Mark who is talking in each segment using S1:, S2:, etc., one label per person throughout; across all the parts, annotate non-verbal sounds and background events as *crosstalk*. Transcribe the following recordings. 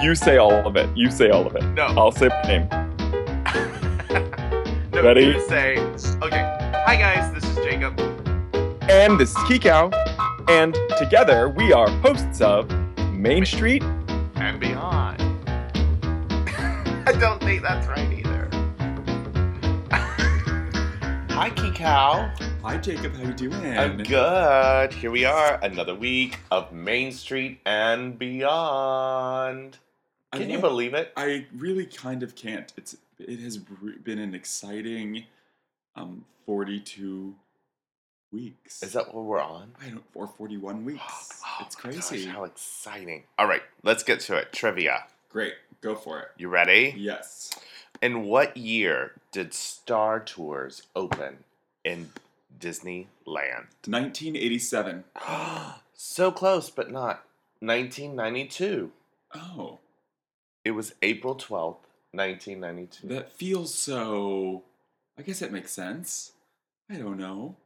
S1: You say all of it. You say all of it.
S2: No,
S1: I'll say my name.
S2: no.
S1: ready?
S2: You say, okay. Hi guys, this is Jacob.
S1: And this is Kikau. And together we are hosts of Main Street.
S2: and beyond. *laughs* I don't think that's right either. *laughs* Hi, Kikau.
S3: Hi, Jacob. How you doing?
S2: I'm good. Here we are, another week of Main Street and beyond.
S3: I
S2: Can you
S3: love-
S2: believe it?
S3: I really kind of can't. It's it has re- been an exciting, um, forty-two weeks.
S2: Is that what we're on?
S3: I don't or
S2: *gasps*
S3: forty-one weeks?
S2: Oh
S3: it's
S2: my gosh,
S3: crazy.
S2: how exciting. All right, let's get to it. Trivia.
S3: Great. Go for
S2: *laughs*
S3: it.
S2: You ready?
S3: Yes.
S2: In what year did Star Tours open in Disneyland? *gasps*
S3: 1987.
S2: so close, but not. 1992.
S3: Oh,
S2: It was April 12th, 1992.
S3: that feels so. I guess it makes sense. I don't know.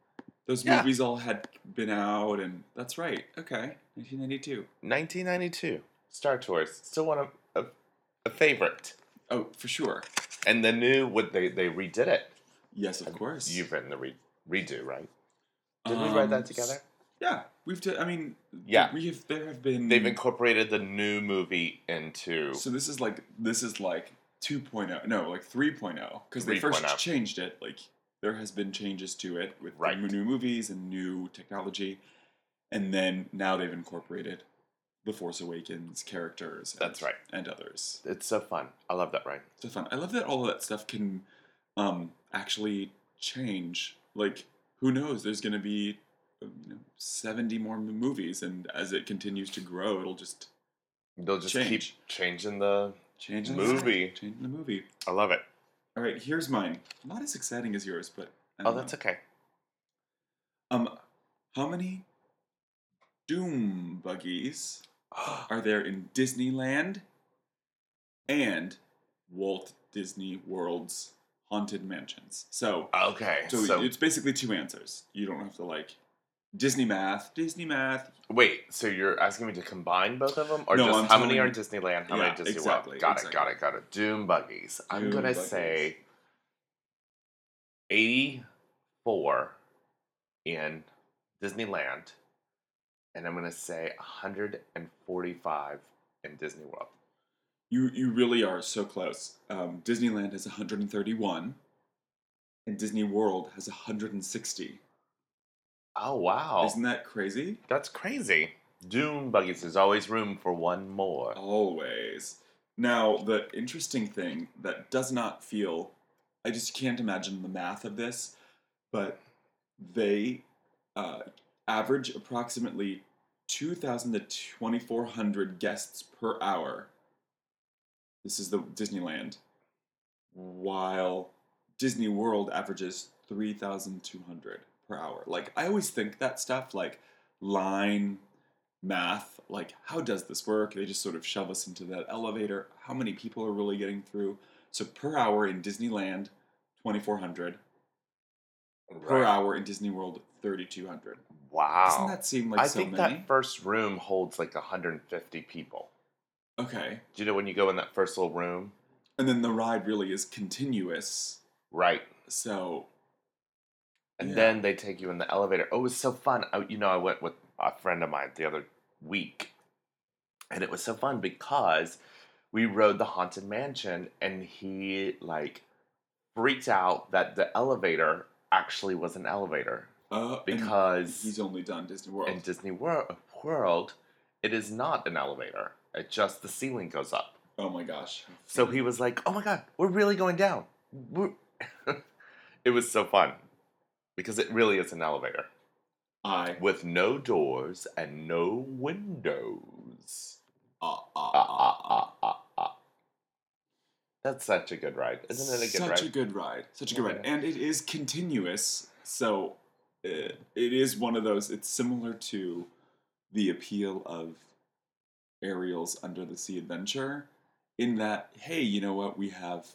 S3: Those
S2: Yeah.
S3: movies all had been out, and that's right. Okay, 1992.
S2: 1992. Star Tours. Still one of a, a favorite.
S3: Oh, for sure.
S2: And the new, what they, they redid it.
S3: Yes, of course.
S2: You've written the re, redo, right? Did we write
S3: Um,
S2: that together?
S3: Yeah, we've. T- I mean,
S2: Yeah.
S3: we have. There have been.
S2: They've incorporated the new movie into.
S3: So this is like this is like 2.0. No, like 3.0 because they first
S2: 3.0.
S3: changed it. Like there has been changes to it with
S2: Right.
S3: the new movies and new technology, and then now they've incorporated the Force Awakens characters. and-
S2: That's right.
S3: and others.
S2: It's so fun. I love that, right?
S3: So fun. I love that all of that stuff can um, actually change. Like who knows? There's gonna be um, you know, 70 more m- movies, and as it continues to grow, it'll just
S2: They'll just
S3: Change.
S2: keep changing the.
S3: Changing
S2: Movie.
S3: the changing the movie.
S2: I love it.
S3: All right, here's mine. Not as exciting as yours, but I
S2: Oh,
S3: don't
S2: that's
S3: know.
S2: okay.
S3: um. How many Doom buggies are there in Disneyland and Walt Disney World's haunted mansions? So,
S2: *gasps* Okay.
S3: so,
S2: so
S3: it's basically two answers. You don't have to like Disney math. Disney math.
S2: Wait, so you're asking me to combine both of them, or
S3: No,
S2: just
S3: I'm
S2: how many are
S3: telling
S2: in Disneyland, how
S3: Yeah,
S2: many Disney
S3: exactly,
S2: World? Got
S3: exactly.
S2: it, got it, got it. Doom buggies. I'm
S3: Doom
S2: gonna
S3: buggies.
S2: say eighty-four in Disneyland, and I'm gonna say hundred and forty-five in Disney World.
S3: You you really are so close. Um, Disneyland has 131, and Disney World has 160.
S2: Oh wow,
S3: Isn't that crazy?
S2: that's crazy. Doom buggies. There's always room for one more.
S3: Always. Now, the interesting thing that does not feel, I just can't imagine the math of this, but they uh, average approximately 2,000 to 2,400 guests per hour. This is the Disneyland. While Disney World averages 3,200 per hour. Like, I always think that stuff, like line math, like how does this work? They just sort of shove us into that elevator. How many people are really getting through? So per hour in Disneyland, 2,400. Per
S2: Right.
S3: hour in Disney World, 3,200.
S2: Wow.
S3: Doesn't that seem like
S2: I
S3: so
S2: think
S3: many?
S2: that first room holds like 150 people.
S3: okay.
S2: Do you know when you go in that first little room?
S3: And then the ride really is continuous.
S2: Right.
S3: So
S2: And
S3: Yeah.
S2: then they take you in the elevator. Oh, it was so fun. I, you know, I went with a friend of mine the other week, and it was so fun because we rode the Haunted Mansion, and he like freaked out that the elevator actually was an elevator
S3: uh, and
S2: because
S3: he's only done Disney World.
S2: in Disney Wor- World, it is not an elevator. It just the ceiling goes up.
S3: oh my gosh.
S2: So he was like, "Oh my god, we're really going down." We're... *laughs* it was so fun because it really is an elevator
S3: I
S2: with no doors and no windows.
S3: uh, uh,
S2: Ah,
S3: uh,
S2: ah, ah, ah, ah. That's such a good ride, isn't it a good
S3: such
S2: ride?
S3: a good ride. Such a good
S2: Yeah.
S3: ride, and it is continuous. So uh, it is one of those. It's similar to the appeal of Ariel's Under the Sea Adventure, in that hey, you know what? We have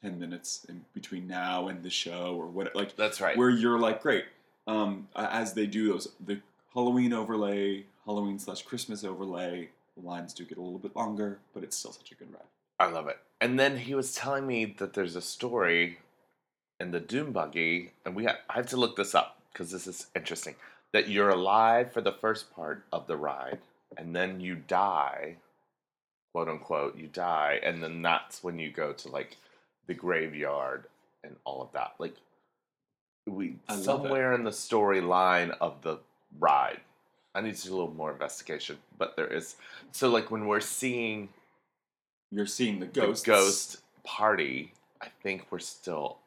S3: ten minutes in between now and the show, or what? Like
S2: That's right.
S3: where you're like, great. Um, a- as they do those, the Halloween overlay, Halloween slash Christmas overlay, The lines do get a little bit longer, but it's still such a good ride.
S2: I love it. And then he was telling me that there's a story in the Doom Buggy, and we have, I have to look this up because this is interesting. That you're alive for the first part of the ride, and then you die, quote unquote, you die, and then that's when you go to like the graveyard and all of that. Like we
S3: I love it.
S2: somewhere in the storyline of the ride. I need to do a little more investigation, but there is so like when we're seeing
S3: You're seeing the
S2: the
S3: ghosts.
S2: ghost party, I think we're still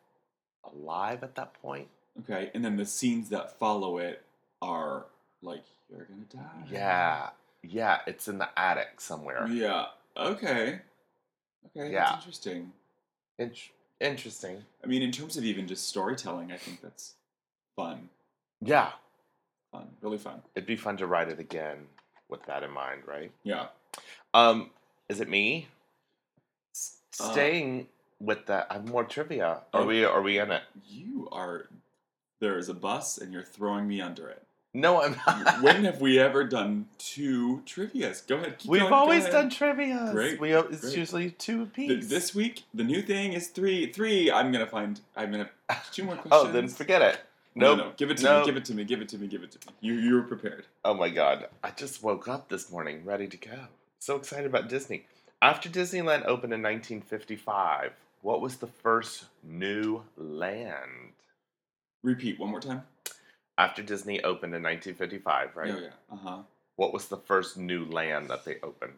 S2: alive at that point.
S3: Okay, and then the scenes that follow it are like you're gonna die.
S2: Yeah. Yeah, it's in the attic somewhere.
S3: Mm-hmm. Yeah. Okay. Okay.
S2: Yeah.
S3: That's interesting.
S2: Int- interesting.
S3: I mean, in terms of even just storytelling, I think that's fun.
S2: Yeah,
S3: Fun. Really fun.
S2: it'd be fun to write it again with that in mind, right?
S3: Yeah.
S2: Um, is it me? S-
S3: Uh,
S2: Staying with that, I have more trivia. Are
S3: Oh.
S2: we? Are we in it?
S3: You are. There is a bus, and you're throwing me under
S2: *laughs*
S3: it.
S2: No, I'm
S3: *laughs*
S2: not.
S3: when have we ever done two trivia's? Go ahead. keep
S2: We've
S3: going, go
S2: always
S3: ahead.
S2: done trivia.
S3: Great,
S2: We al- it's
S3: great.
S2: usually two apiece.
S3: Th- this week, the new thing is three. Three. I'm gonna find. I'm gonna two more questions.
S2: *laughs* oh, then forget it.
S3: No,
S2: No,
S3: no, give it to me,
S2: Nope.
S3: give it to me, give it to me, give it to me. You, you were prepared.
S2: Oh my god, I just woke up this morning ready to go. So excited about Disney. After Disneyland opened in 1955, what was the first new land?
S3: Repeat one more time.
S2: After Disney opened in 1955, right?
S3: Oh yeah. Uh huh.
S2: What was the first new land that they opened?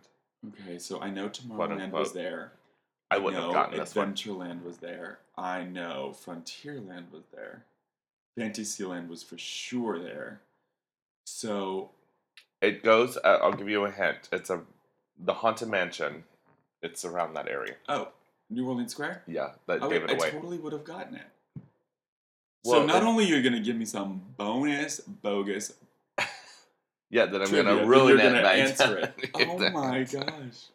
S3: Okay, so I know
S2: Quote,
S3: Tomorrowland was
S2: unquote.
S3: there.
S2: I wouldn't
S3: know
S2: have gotten this one.
S3: Adventureland was there. I know Frontierland was there. Fantasyland was for sure there. So
S2: It goes. Uh, I'll give you a hint. It's a the Haunted Mansion. It's around that area.
S3: oh, New Orleans Square.
S2: Yeah, that
S3: I,
S2: gave
S3: would-
S2: it
S3: I
S2: away.
S3: totally would have gotten it. so
S2: Well,
S3: not
S2: it-
S3: only you're gonna give me some bonus bogus,
S2: yeah, then I'm
S3: trivia,
S2: gonna
S3: but
S2: ruin
S3: you're
S2: it.
S3: gonna
S2: by
S3: answer it.
S2: *laughs* telling you
S3: oh
S2: the
S3: my
S2: answer.
S3: gosh,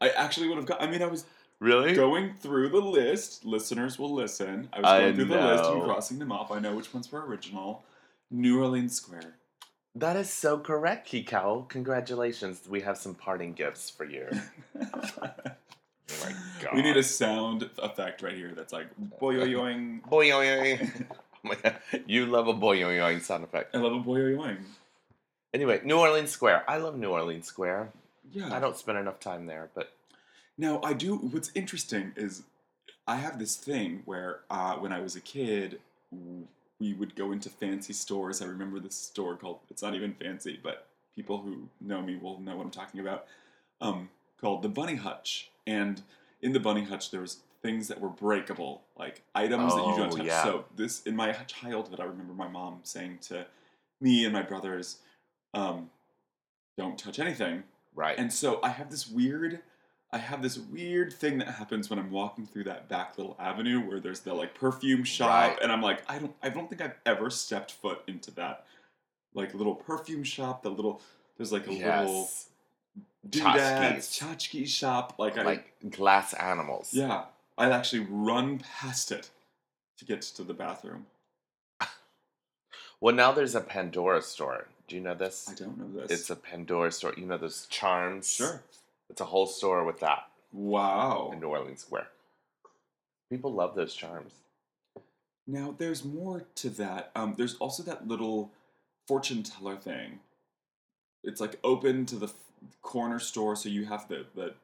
S3: I actually would have got. I mean, I was
S2: Really?
S3: going through the list. Listeners will listen. I was
S2: I
S3: going through the list and
S2: know.
S3: crossing them off. I know which ones were original. New Orleans
S2: *laughs*
S3: Square.
S2: That is so correct, Kikau. Congratulations. We have some parting gifts for you. Oh my
S3: *laughs*
S2: god.
S3: we need a sound effect right here that's like boyoyoing.
S2: boing oing. Oh *laughs* my god. You love a boing oing sound effect.
S3: I love a boyoyoing.
S2: Anyway, New Orleans Square. I love New Orleans Square.
S3: Yeah.
S2: I don't spend enough time there, but
S3: Now I do. What's interesting is I have this thing where uh, when I was a kid, w- we would go into fancy stores. I remember this store called. It's not even fancy, but people who know me will know what I'm talking about. Um, called the Bunny Hutch, and in the Bunny Hutch there was things that were breakable, like items that you don't
S2: Oh,
S3: touch.
S2: yeah.
S3: So this in my childhood, I remember my mom saying to me and my brothers, um, "Don't touch anything."
S2: right.
S3: And so I have this weird, I have this weird thing that happens when I'm walking through that back little avenue where there's the like perfume shop,
S2: Right.
S3: and I'm like, I don't, I don't think I've ever stepped foot into that like little perfume shop. The little, there's like a little
S2: yes.
S3: doodads, tchotchke shop. Like I,
S2: Like glass animals.
S3: yeah, I actually run past it to get to the bathroom.
S2: Well, now there's a Pandora store. Do you know this?
S3: I don't know this.
S2: It's a Pandora store. You know those charms?
S3: sure. Oh.
S2: It's a whole store with that
S3: Wow.
S2: in New Orleans Square. People love those charms.
S3: Now, there's more to that. Um, there's also that little fortune teller thing. It's like open to the f- corner store, so you have the, the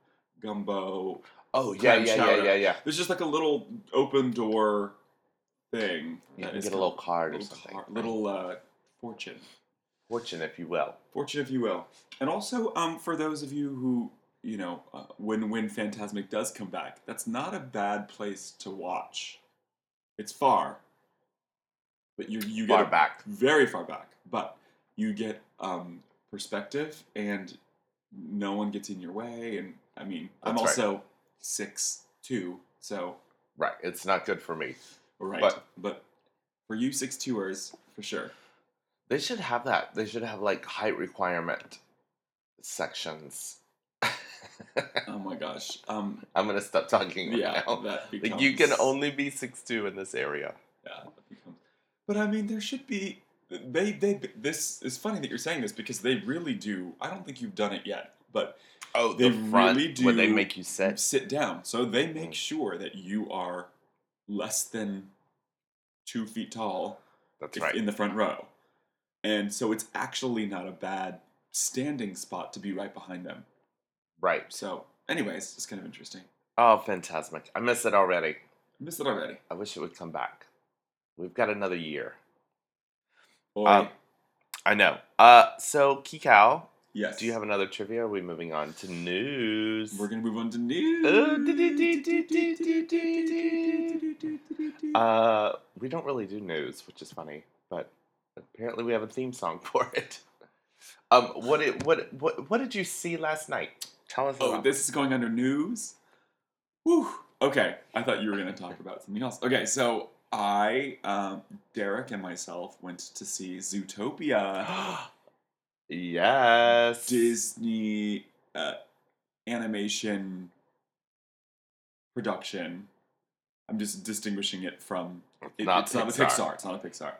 S3: gumbo.
S2: Oh yeah,
S3: Clam
S2: yeah, yeah,
S3: chowder.
S2: yeah, yeah.
S3: There's just like a little open door thing.
S2: You
S3: that
S2: can
S3: is
S2: get a
S3: kind
S2: little
S3: of
S2: card or
S3: little,
S2: something.
S3: car- little uh, fortune,
S2: fortune, if you will.
S3: fortune, if you will. And also, um, for those of you who you know, uh, when when Phantasmic does come back, that's not a bad place to watch. It's far, but you you get
S2: Far
S3: a
S2: back.
S3: very far back, but you get um, perspective, and no one gets in your way. And I mean, I'm
S2: That's right.
S3: also six two, so
S2: Right. It's not good for me.
S3: right. But,
S2: But-
S3: for you six twoers, for
S2: *laughs*
S3: sure.
S2: They should have that. They should have like height requirement sections. *laughs*
S3: Oh my gosh. Um,
S2: I'm gonna stop talking right
S3: yeah,
S2: now.
S3: that becomes,
S2: Like you can only be six two in this area.
S3: Yeah, that becomes, but I mean, there should be. They they this is funny that you're saying this because they really do. I don't think you've done it yet, but
S2: Oh,
S3: They
S2: the front
S3: really
S2: where they
S3: do-
S2: make you sit.
S3: sit down. So they make
S2: Mm.
S3: sure that you are less than two feet tall
S2: That's
S3: if-
S2: right.
S3: in the front row. And so it's actually not a bad standing spot to be right behind them.
S2: right.
S3: So, anyways, it's kind of interesting.
S2: Oh, fantastic! I miss it already.
S3: I missed it already.
S2: I wish it would come back. We've got another year.
S3: Boy,
S2: Um, I know. Uh, so Kikau,
S3: yes.
S2: do you have another trivia? Or are we moving on to news?
S3: We're going to move on to news.
S2: Oh, do, do, do, do, do, do, do, Uh, we don't really do news, which is funny, but apparently we have a theme song *laughs* for it. Um, what did what what what did you see last night? Tell us.
S3: oh,
S2: about
S3: this is going under news. Whew. Okay, I thought you were going to talk about something else. Okay, so I, um, Derek, and myself went to see Zootopia.
S2: *gasps* yes.
S3: Disney uh, animation production. I'm just distinguishing it from it- it's not a Pixar. It's not a Pixar.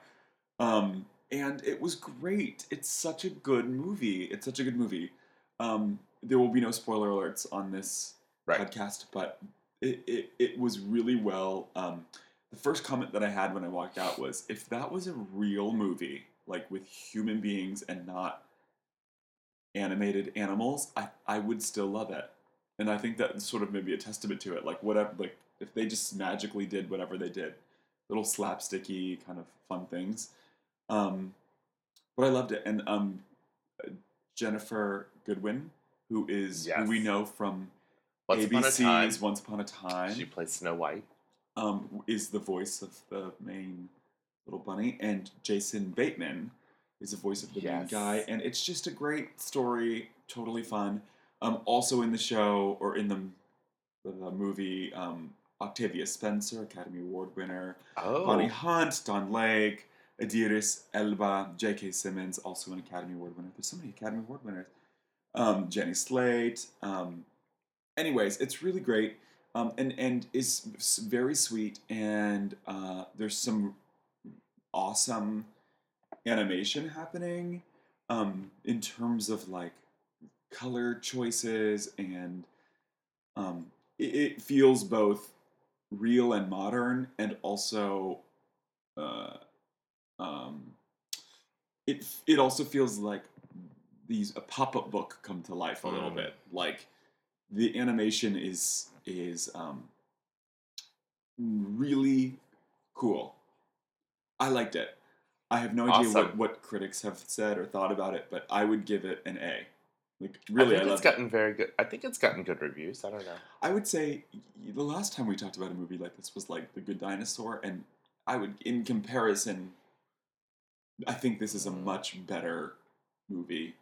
S3: Um, and it was great. It's such a good movie. It's such a good movie. Um, there will be no spoiler alerts on this
S2: Right.
S3: podcast, but it, it, it was really well. Um, the first comment that I had when I walked out was if that was a real movie, like with human beings and not animated animals, I, I would still love it. And I think that's sort of maybe a testament to it. Like, whatever, like, if they just magically did whatever they did, little slapsticky kind of fun things. Um, but I loved it. And um, Jennifer Goodwin, who is who we
S2: Yes.
S3: know from
S2: Once upon a
S3: ABC's
S2: time,
S3: Once Upon a Time,
S2: she played Snow White.
S3: um, is the voice of the main little bunny, and Jason Bateman is the voice of the main
S2: Yes.
S3: guy, and it's just a great story, totally fun. Um, also in the show or in the, the movie, um, Octavia Spencer, Academy Award winner,
S2: Oh,
S3: Bonnie Hunt, Don Lake, Adiris Elba, J.K. Simmons, also an Academy Award winner. There's so many Academy Award winners. Um, Jenny Slate. Um, anyways, it's really great um, and, and is s- very sweet. And uh, there's some awesome animation happening um, in terms of like color choices and um, it, it feels both real and modern and also uh, um, it it also feels like these a pop-up book come to life a little
S2: Mm.
S3: bit like the animation is is um, really cool i liked it i have no idea what,
S2: Awesome.
S3: what critics have said or thought about it but i would give it an a like really
S2: I
S3: i,
S2: think it's
S3: loved it.
S2: gotten very good. I think it's gotten good reviews. I don't know.
S3: I would say y- the last time we talked about a movie like this was like The Good Dinosaur, and I would, in comparison, I think this is a much better movie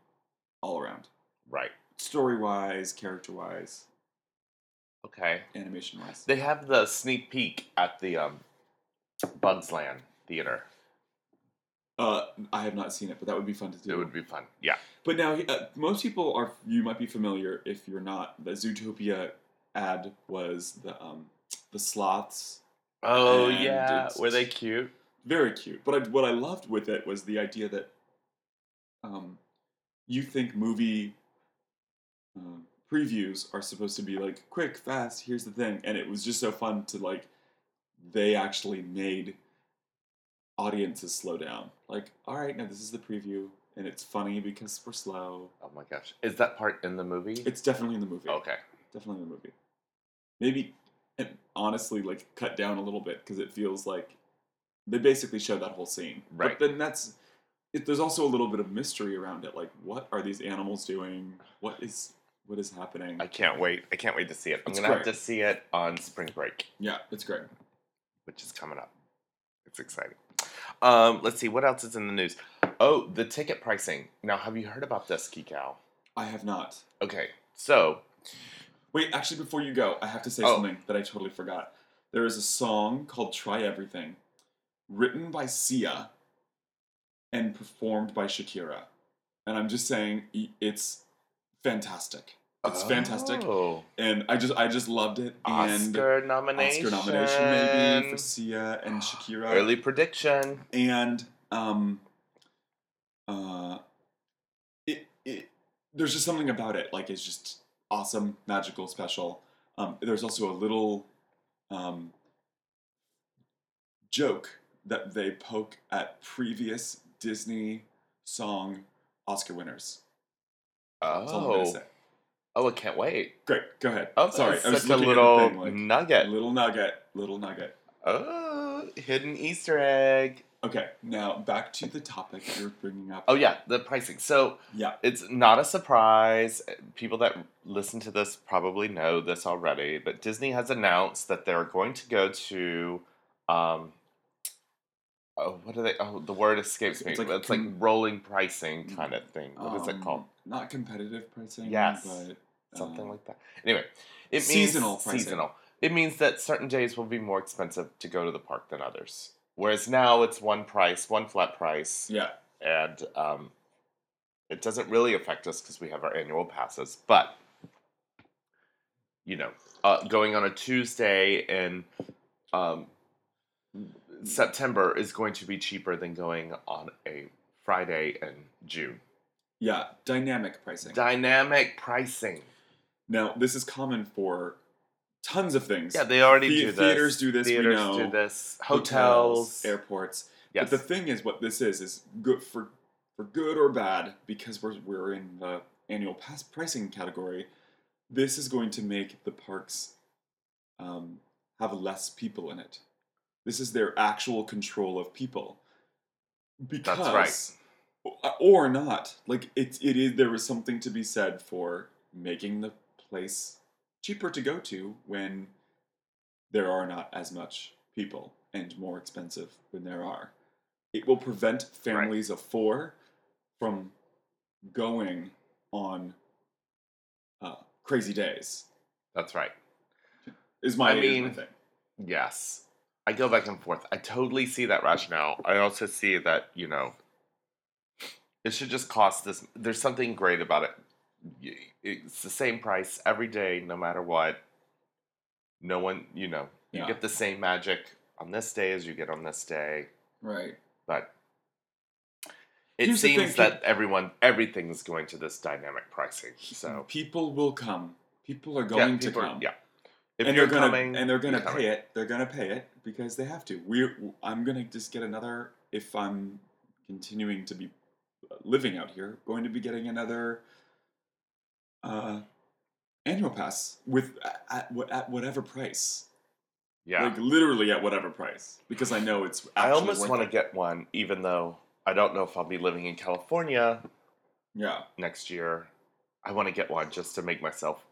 S3: all around.
S2: Right.
S3: Story wise, character wise,
S2: Okay.
S3: animation wise.
S2: They have the sneak peek at the um, Bugs Land Theater.
S3: Uh, I have not seen it, but that would be fun to do.
S2: It would be fun. Yeah.
S3: But now, uh, most people are, you might be familiar if you're not, the Zootopia ad was the, um, the sloths
S2: Oh
S3: And
S2: yeah.
S3: it's-
S2: Were they cute?
S3: very cute. But I, what I loved with it was the idea that um, you think movie um previews are supposed to be like quick, fast. Here's the thing, and it was just so fun to like they actually made audiences slow down. Like, all right, now this is the preview, and it's funny because we're slow.
S2: Oh my gosh. Is that part in the movie?
S3: It's definitely in the movie.
S2: okay.
S3: Definitely in the movie. Maybe, and honestly, like cut down a little bit because it feels like they basically showed that whole scene.
S2: Right.
S3: But then that's it, there's also a little bit of mystery around it. Like, what are these animals doing? What is what is happening?
S2: I can't wait. I can't wait to see it. I'm
S3: It's
S2: gonna have
S3: great.
S2: to see it on spring break,
S3: yeah, it's great.
S2: which is coming up. It's exciting. Um, let's see what else is in the news. Oh, the ticket pricing. Now, have you heard about this, Kikau?
S3: I have not.
S2: Okay, so
S3: Wait, actually, before you go, I have to say
S2: Oh.
S3: something that I totally forgot. There is a song called "Try Everything," written by Sia and performed by Shakira, and I'm just saying i- it's fantastic. It's fantastic,
S2: Oh,
S3: and I just I just loved it. and
S2: Oscar nomination.
S3: Oscar nomination maybe for Sia and Shakira.
S2: Early prediction.
S3: and um, uh, it, it there's just something about it like it's just awesome magical special. Um, there's also a little um, joke that they poke at previous Disney song Oscar winners. That's all I'm gonna
S2: Oh,
S3: say.
S2: oh, I can't wait.
S3: Great, go ahead.
S2: Oh,
S3: Sorry,
S2: that's
S3: I was
S2: such a
S3: looking
S2: little
S3: at the thing, like,
S2: nugget.
S3: little nugget, little nugget.
S2: Oh, hidden Easter egg.
S3: Okay, now back to the topic you were bringing up.
S2: Oh yeah, the pricing. So
S3: yeah,
S2: it's not a surprise. People that listen to this probably know this already, but Disney has announced that they're going to go to, um, oh, what are they? Oh, the word escapes me.
S3: It's like
S2: It's
S3: Mm,
S2: like,
S3: a com-
S2: rolling pricing kind of thing. What is it
S3: um,
S2: called?
S3: Not competitive pricing.
S2: Yes.
S3: but
S2: Something
S3: um,
S2: like that. Anyway, it means
S3: Seasonal pricing.
S2: Seasonal. It means that certain days will be more expensive to go to the park than others. Whereas now it's one price, one flat price
S3: yeah.
S2: and um, it doesn't really affect us because we have our annual passes. But you know, uh, going on a Tuesday in um, September is going to be cheaper than going on a Friday in June.
S3: Yeah, dynamic pricing.
S2: Dynamic pricing.
S3: now, this is common for tons of things.
S2: Yeah, they already
S3: The-
S2: do this.
S3: theaters do this, we
S2: Theaters
S3: know.
S2: do this. Hotels.
S3: airports.
S2: yes.
S3: But the thing is, what this is is good for for good or bad because we're we're in the annual pass pricing category. This is going to make the parks um, have less people in it. This is their actual control of people. Because,
S2: right.
S3: Or not. Like it, it is. There was something to be said for making the place cheaper to go to when there are not as much people and more expensive when there are. It will prevent families of four from going on uh, crazy days.
S2: That's right.
S3: Is my,
S2: I
S3: is my
S2: mean-
S3: thing.
S2: Yes. I go back and forth. I totally see that rationale. I also see that, you know, it should just cost this. There's something great about it. Y- It's the same price every day, no matter what. No one, you know, you
S3: Yeah.
S2: get the same magic on this day as you get on this day.
S3: Right.
S2: But it
S3: Here's the thing,
S2: seems that everyone, everything's going to this dynamic pricing. So,
S3: people will come. People are going
S2: yeah, people
S3: to
S2: are-
S3: come.
S2: Yeah. If
S3: and
S2: you're
S3: they're gonna
S2: coming,
S3: and they're gonna
S2: you're coming.
S3: pay it. They're gonna pay it because they have to. We, I'm gonna just get another. If I'm continuing to be living out here, going to be getting another uh, annual pass with at, at, what- at whatever price.
S2: Yeah.
S3: Like literally at whatever price, because I know it's. Actually
S2: I almost
S3: worth
S2: want to
S3: it.
S2: get one, even though I don't know if I'll be living in California
S3: Yeah,
S2: next year. I want to get one just to make myself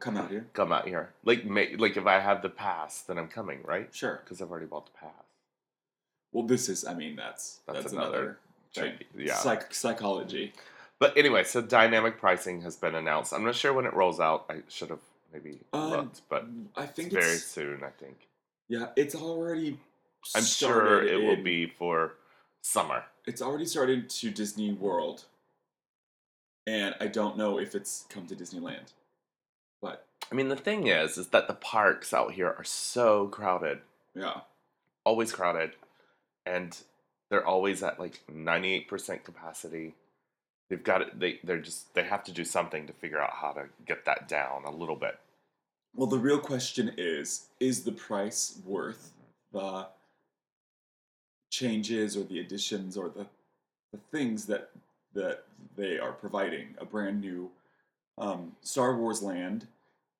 S3: come out here.
S2: come out here. Like, ma- like if I have the pass, then I'm coming, right?
S3: Sure.
S2: Because I've already bought the pass.
S3: Well, this is. I mean, that's
S2: That's
S3: that's,
S2: another
S3: another, thing.
S2: Tricky, Yeah.
S3: Psych- psychology.
S2: but anyway, so dynamic pricing has been announced. I'm not sure when it rolls out. I should have maybe
S3: Um,
S2: looked, but
S3: I think
S2: it's
S3: it's
S2: very soon. I think.
S3: Yeah, it's already.
S2: I'm sure
S3: started
S2: it will
S3: in-
S2: be for summer.
S3: It's already started to Disney World, and I don't know if it's come to Disneyland, but
S2: I mean, the thing is, is that the parks out here are so crowded.
S3: yeah,
S2: always crowded and they're always at like 98% capacity they've got it they, they're just they have to do something to figure out how to get that down a little bit
S3: Well, the real question is is the price worth the changes or the additions or the, the things that that they are providing? A brand new um, Star Wars land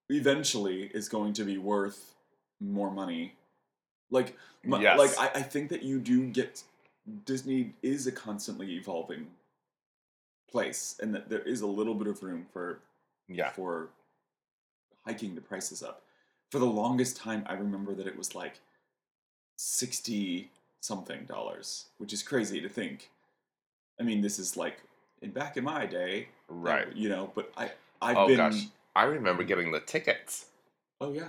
S3: eventually is going to be worth more money. Like, mu-
S2: Yes.
S3: like I, I think that you do get Disney is a constantly evolving place, and that there is a little bit of room for
S2: yeah
S3: for hiking the prices up. For the longest time, I remember that it was like 60 something dollars, which is crazy to think. I mean, this is like in back in my day,
S2: right
S3: You know, but I I've
S2: Oh,
S3: been
S2: gosh. i remember getting the tickets
S3: oh yeah.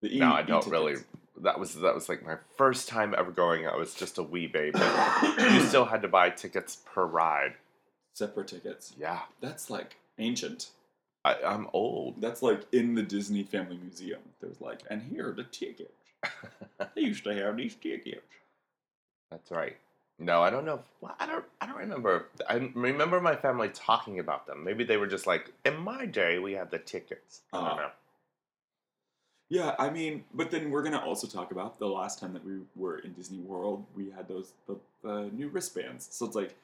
S3: The e,
S2: no i don't really
S3: e-tickets.
S2: that was that was like my first time ever going i was just a wee baby you still had to buy tickets per ride
S3: separate tickets.
S2: yeah
S3: That's like ancient.
S2: I, i'm old
S3: That's like in the Disney Family Museum. There's like, and
S2: *laughs*
S3: here are the tickets. they used to have these tickets.
S2: that's right No, I don't know. If, well, I don't. I don't remember. I remember my family talking about them. Maybe they were just like, in my day, we had the tickets. I
S3: Uh-huh.
S2: don't know.
S3: Yeah, I mean, but then we're gonna also talk about the last time that we were in Disney World, we had those the, the new wristbands. So it's like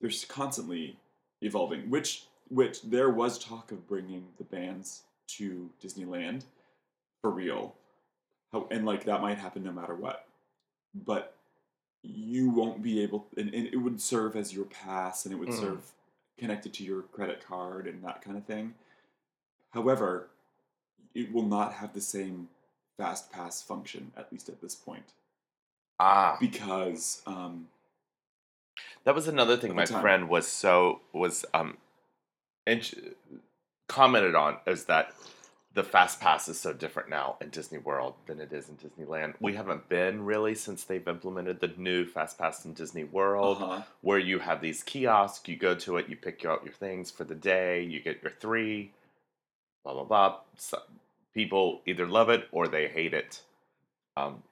S3: they're s- constantly evolving. Which which there was talk of bringing the bands to Disneyland for real, How, and like that might happen no matter what. But you won't be able, and, and it would serve as your pass, and it would
S2: Mhm.
S3: serve connected to your credit card and that kind of thing. However, it will not have the same fast pass function at least at this point
S2: Ah,
S3: because um,
S2: that was another thing.
S3: At the
S2: My
S3: time.
S2: friend was so was um, and sh- commented on is that the fast pass is so different now in Disney World than it is in Disneyland. We haven't been really since they've implemented the new fast pass in Disney World.
S3: uh-huh.
S2: where you have these kiosks, you go to it, you pick out your things for the day, you get your three, blah blah blah. So people either love it or they hate it. Um,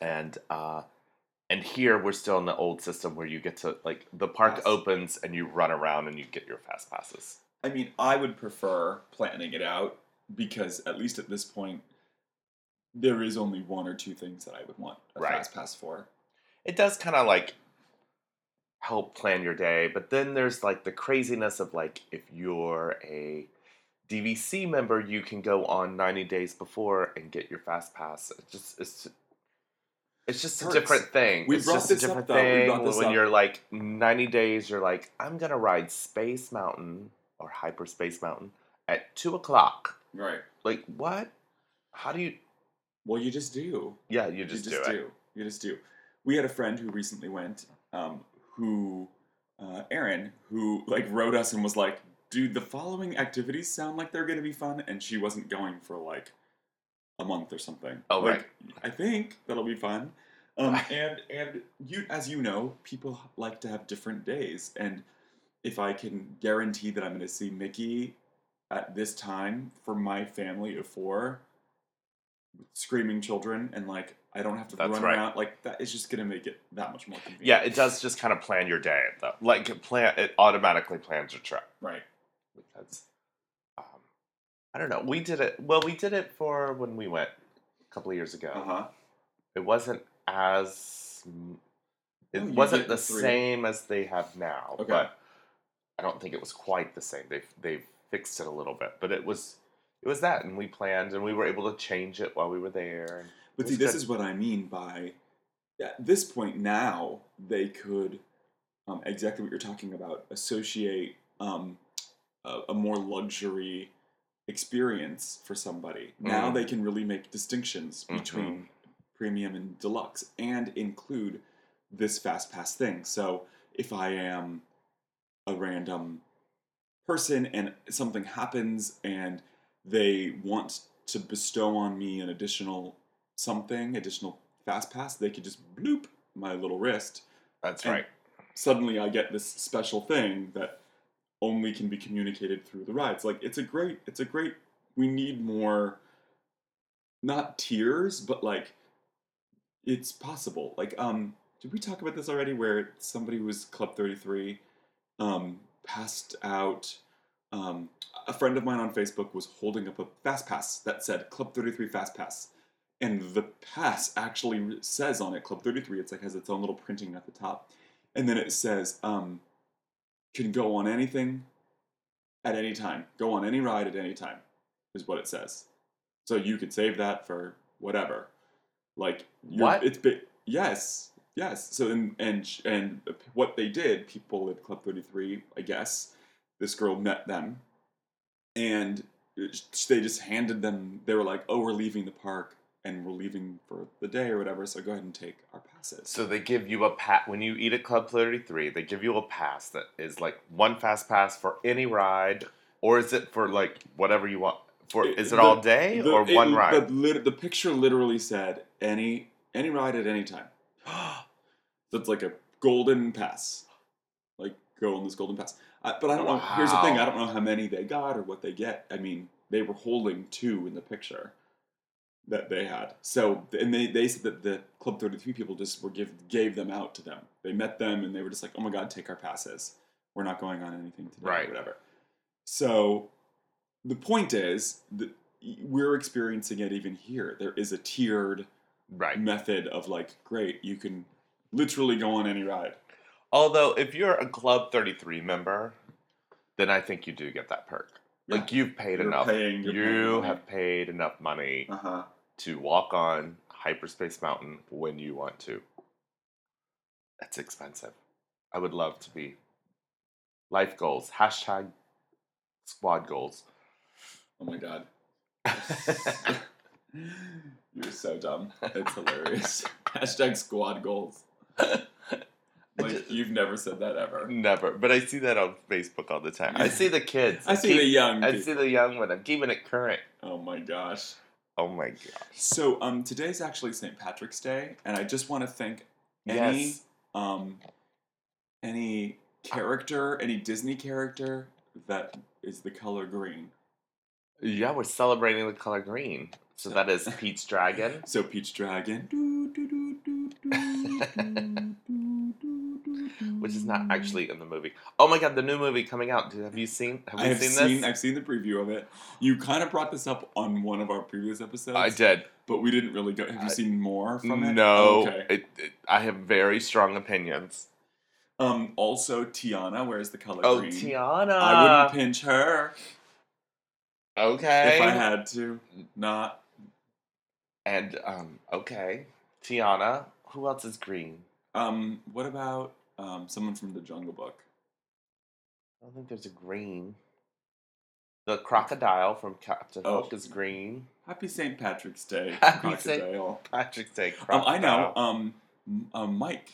S2: and uh, and here we're still in the old system where you get to like the park
S3: Pass.
S2: opens and you run around and you get your fast passes.
S3: i mean i would prefer planning it out because at least at this point there is only one or two things that i would want a
S2: Right.
S3: fast pass for
S2: It does kind of like help plan your day, but then there's like the craziness of like if you're a DVC member, you can go on 90 days before and get your fast pass. It's just it's it's just
S3: Perks.
S2: a different thing.
S3: We
S2: it's
S3: brought
S2: just
S3: this
S2: a
S3: up,
S2: different
S3: though. We
S2: thing
S3: brought this
S2: when
S3: up.
S2: you're like 90 days, you're like, I'm gonna ride Space Mountain or Hyperspace Mountain at two o'clock.
S3: right
S2: Like what? How do you?
S3: well you just do
S2: Yeah, you just,
S3: you just
S2: do
S3: do,
S2: it.
S3: You just do. We had a friend who recently went, um, who, uh, Aaron, who like wrote us and was like, "Dude, the following activities sound like they're gonna be fun," and she wasn't going for like a month or something.
S2: Oh,
S3: Like, I think that'll be fun.
S2: *laughs*
S3: Um, and and you, as you know, people like to have different days, and if I can guarantee that I'm gonna see Mickey at this time for my family of four screaming children and like I don't have to
S2: That's
S3: run
S2: right.
S3: around like that is just gonna make it that much more convenient.
S2: Yeah, it does just kind of plan your day though. Like it plan it automatically plans your trip.
S3: Right.
S2: because um, I don't know. We did it. Well, we did it for when we went a couple of years ago.
S3: Uh huh.
S2: It wasn't as m- it
S3: No, you
S2: wasn't
S3: get
S2: the
S3: three.
S2: same as they have now.
S3: Okay.
S2: But I don't think it was quite the same. They they fixed it a little bit, but it was it was that, and we planned, and we were able to change it while we were there. and-
S3: But
S2: It
S3: see,
S2: was
S3: this
S2: good.
S3: is what I mean by at this point now they could um, exactly what you're talking about associate um, a, a more luxury experience for somebody. Now
S2: Mhm.
S3: they can really make distinctions
S2: Mhm.
S3: between premium and deluxe and include this fast pass thing. So if I am a random person and something happens and they want to bestow on me an additional something, additional fast pass, they could just bloop my little wrist.
S2: That's
S3: and
S2: right.
S3: Suddenly I get this special thing that only can be communicated through the rides. Like it's a great it's a great we need more not tiers, but like it's possible. Like um did we talk about this already where somebody was Club 33 um passed out um, a friend of mine on Facebook was holding up a fast pass that said Club 33 Fast Pass. And the pass actually says on it Club 33. It's like has its own little printing at the top. And then it says, um, can go on anything at any time. Go on any ride at any time, is what it says. So you could save that for whatever. Like, you're-
S2: What?
S3: It's big. Yes. Yes. So, and, and, and what they did, people at Club 33, I guess, this girl met them and it- they just handed them they were like oh we're leaving the park and we're leaving for the day or whatever so go ahead and take our passes
S2: So they give you a pat when you eat at Club Thirty Three. They give you a pass that is like one fast pass for any ride, or is it for like whatever you want? For
S3: It-
S2: is it
S3: the-
S2: all day
S3: The-
S2: or
S3: it-
S2: one
S3: *gasps*
S2: ride?
S3: the, lit- the picture literally said any any ride at any time so it's like a golden pass like go on this golden pass I, but i don't know here's the thing i
S2: Wow.
S3: don't know how many they got or what they get i mean they were holding two in the picture that they had. So and they, they said that the Club 33 people just were give gave them out to them. They met them and they were just like, "Oh my god, take our passes. We're not going on anything today
S2: Right.
S3: or whatever." So the point is that we're experiencing it even here. There is a tiered
S2: Right.
S3: method of like, great, you can literally go on any ride.
S2: Although, if you're a Club 33 member, then I think you do get that perk. Like, you've paid
S3: You're
S2: enough.
S3: paying- you're paying
S2: you
S3: money.
S2: have paid enough money
S3: Uh huh.
S2: to walk on Hyperspace Mountain when you want to. That's expensive. I would love to be. Life goals. Hashtag squad goals.
S3: Oh my
S2: *laughs*
S3: god. You're so dumb. It's
S2: *laughs*
S3: hilarious. Hashtag squad goals. Like you've never said that ever.
S2: Never. But I see that on Facebook all the time. I see the kids.
S3: *laughs* I see the
S2: keep-
S3: young.
S2: I
S3: people.
S2: see the young one. I'm keeping it current.
S3: Oh my gosh.
S2: Oh my god.
S3: So um, today's actually St. Patrick's Day, and I just want to thank any
S2: Yes.
S3: um, any character, any Disney character that is the color green.
S2: Yeah, we're celebrating the color green. So that is Pete's dragon.
S3: So Peach Dragon,
S2: *laughs* Which is
S3: Mm.
S2: not actually in the movie. Oh my god, the new movie coming out. Have you seen? Have
S3: I
S2: you
S3: have
S2: seen,
S3: seen,
S2: this?
S3: I've seen the preview of it. You kind of brought this up on one of our previous episodes.
S2: I did.
S3: but we didn't really go. Have
S2: I-
S3: you seen more from it? Oh,
S2: No,
S3: Okay.
S2: it, it, I have very strong opinions.
S3: Um. Also, Tiana wears the color
S2: Oh,
S3: green.
S2: Tiana.
S3: I wouldn't pinch her
S2: Uh, okay.
S3: if I had to. Not.
S2: and um, okay, Tiana. Who else is green?
S3: Um. What about um someone from the Jungle Book?
S2: I don't think there's a green. The crocodile from Captain
S3: Oh.
S2: Hook is green. *laughs*
S3: Happy St. Patrick's Day,
S2: Happy Saint-
S3: crocodile.
S2: Patrick Day.
S3: Um,
S2: Crocodile.
S3: I know. Um. M- um, Mike.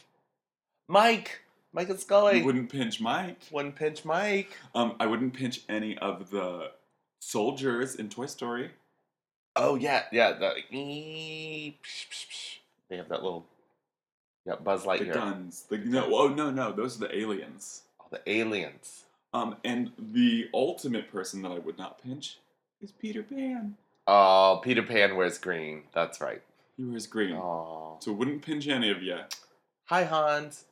S2: Mike. Mike and
S3: I
S2: Scully.
S3: wouldn't pinch Mike.
S2: One pinch, Mike.
S3: Um. I wouldn't pinch any of the soldiers in Toy Story.
S2: Oh yeah, yeah. The ee, psh, psh, psh. they have that little yeah Buzz
S3: The
S2: Lightyear.
S3: guns. The no. Oh no no. Those are the aliens.
S2: All the aliens.
S3: Um, and the ultimate person that I would not pinch is Peter Pan.
S2: Oh, Peter Pan wears green. That's right.
S3: He wears green.
S2: Oh,
S3: So wouldn't pinch any of you. *laughs*
S2: hi Hans.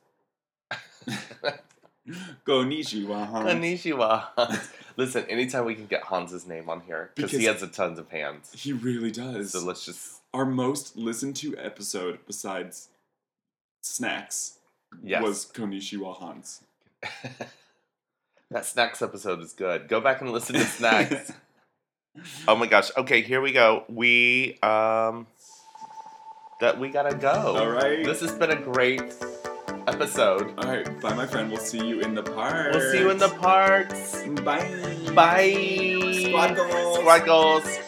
S3: Go Nishiwa, huh?
S2: Konnichiwa. *laughs* Hans. Listen, anytime we can get Hans's name on here because he
S3: Because-
S2: has a tons of hands.
S3: He really does.
S2: So let's just
S3: Our most listened to episode besides snacks
S2: yes.
S3: was Konishiwa Hans.
S2: *laughs* that snacks episode is good. Go back and listen
S3: *laughs*
S2: to snacks. oh my gosh. Okay, here we go. We um that we gotta go.
S3: All right.
S2: This has been a great episode.
S3: All right, bye, my friend. We'll see you in the park.
S2: We'll see you in the parks.
S3: Bye.
S2: Bye.
S3: Squad goals.
S2: Squad goals.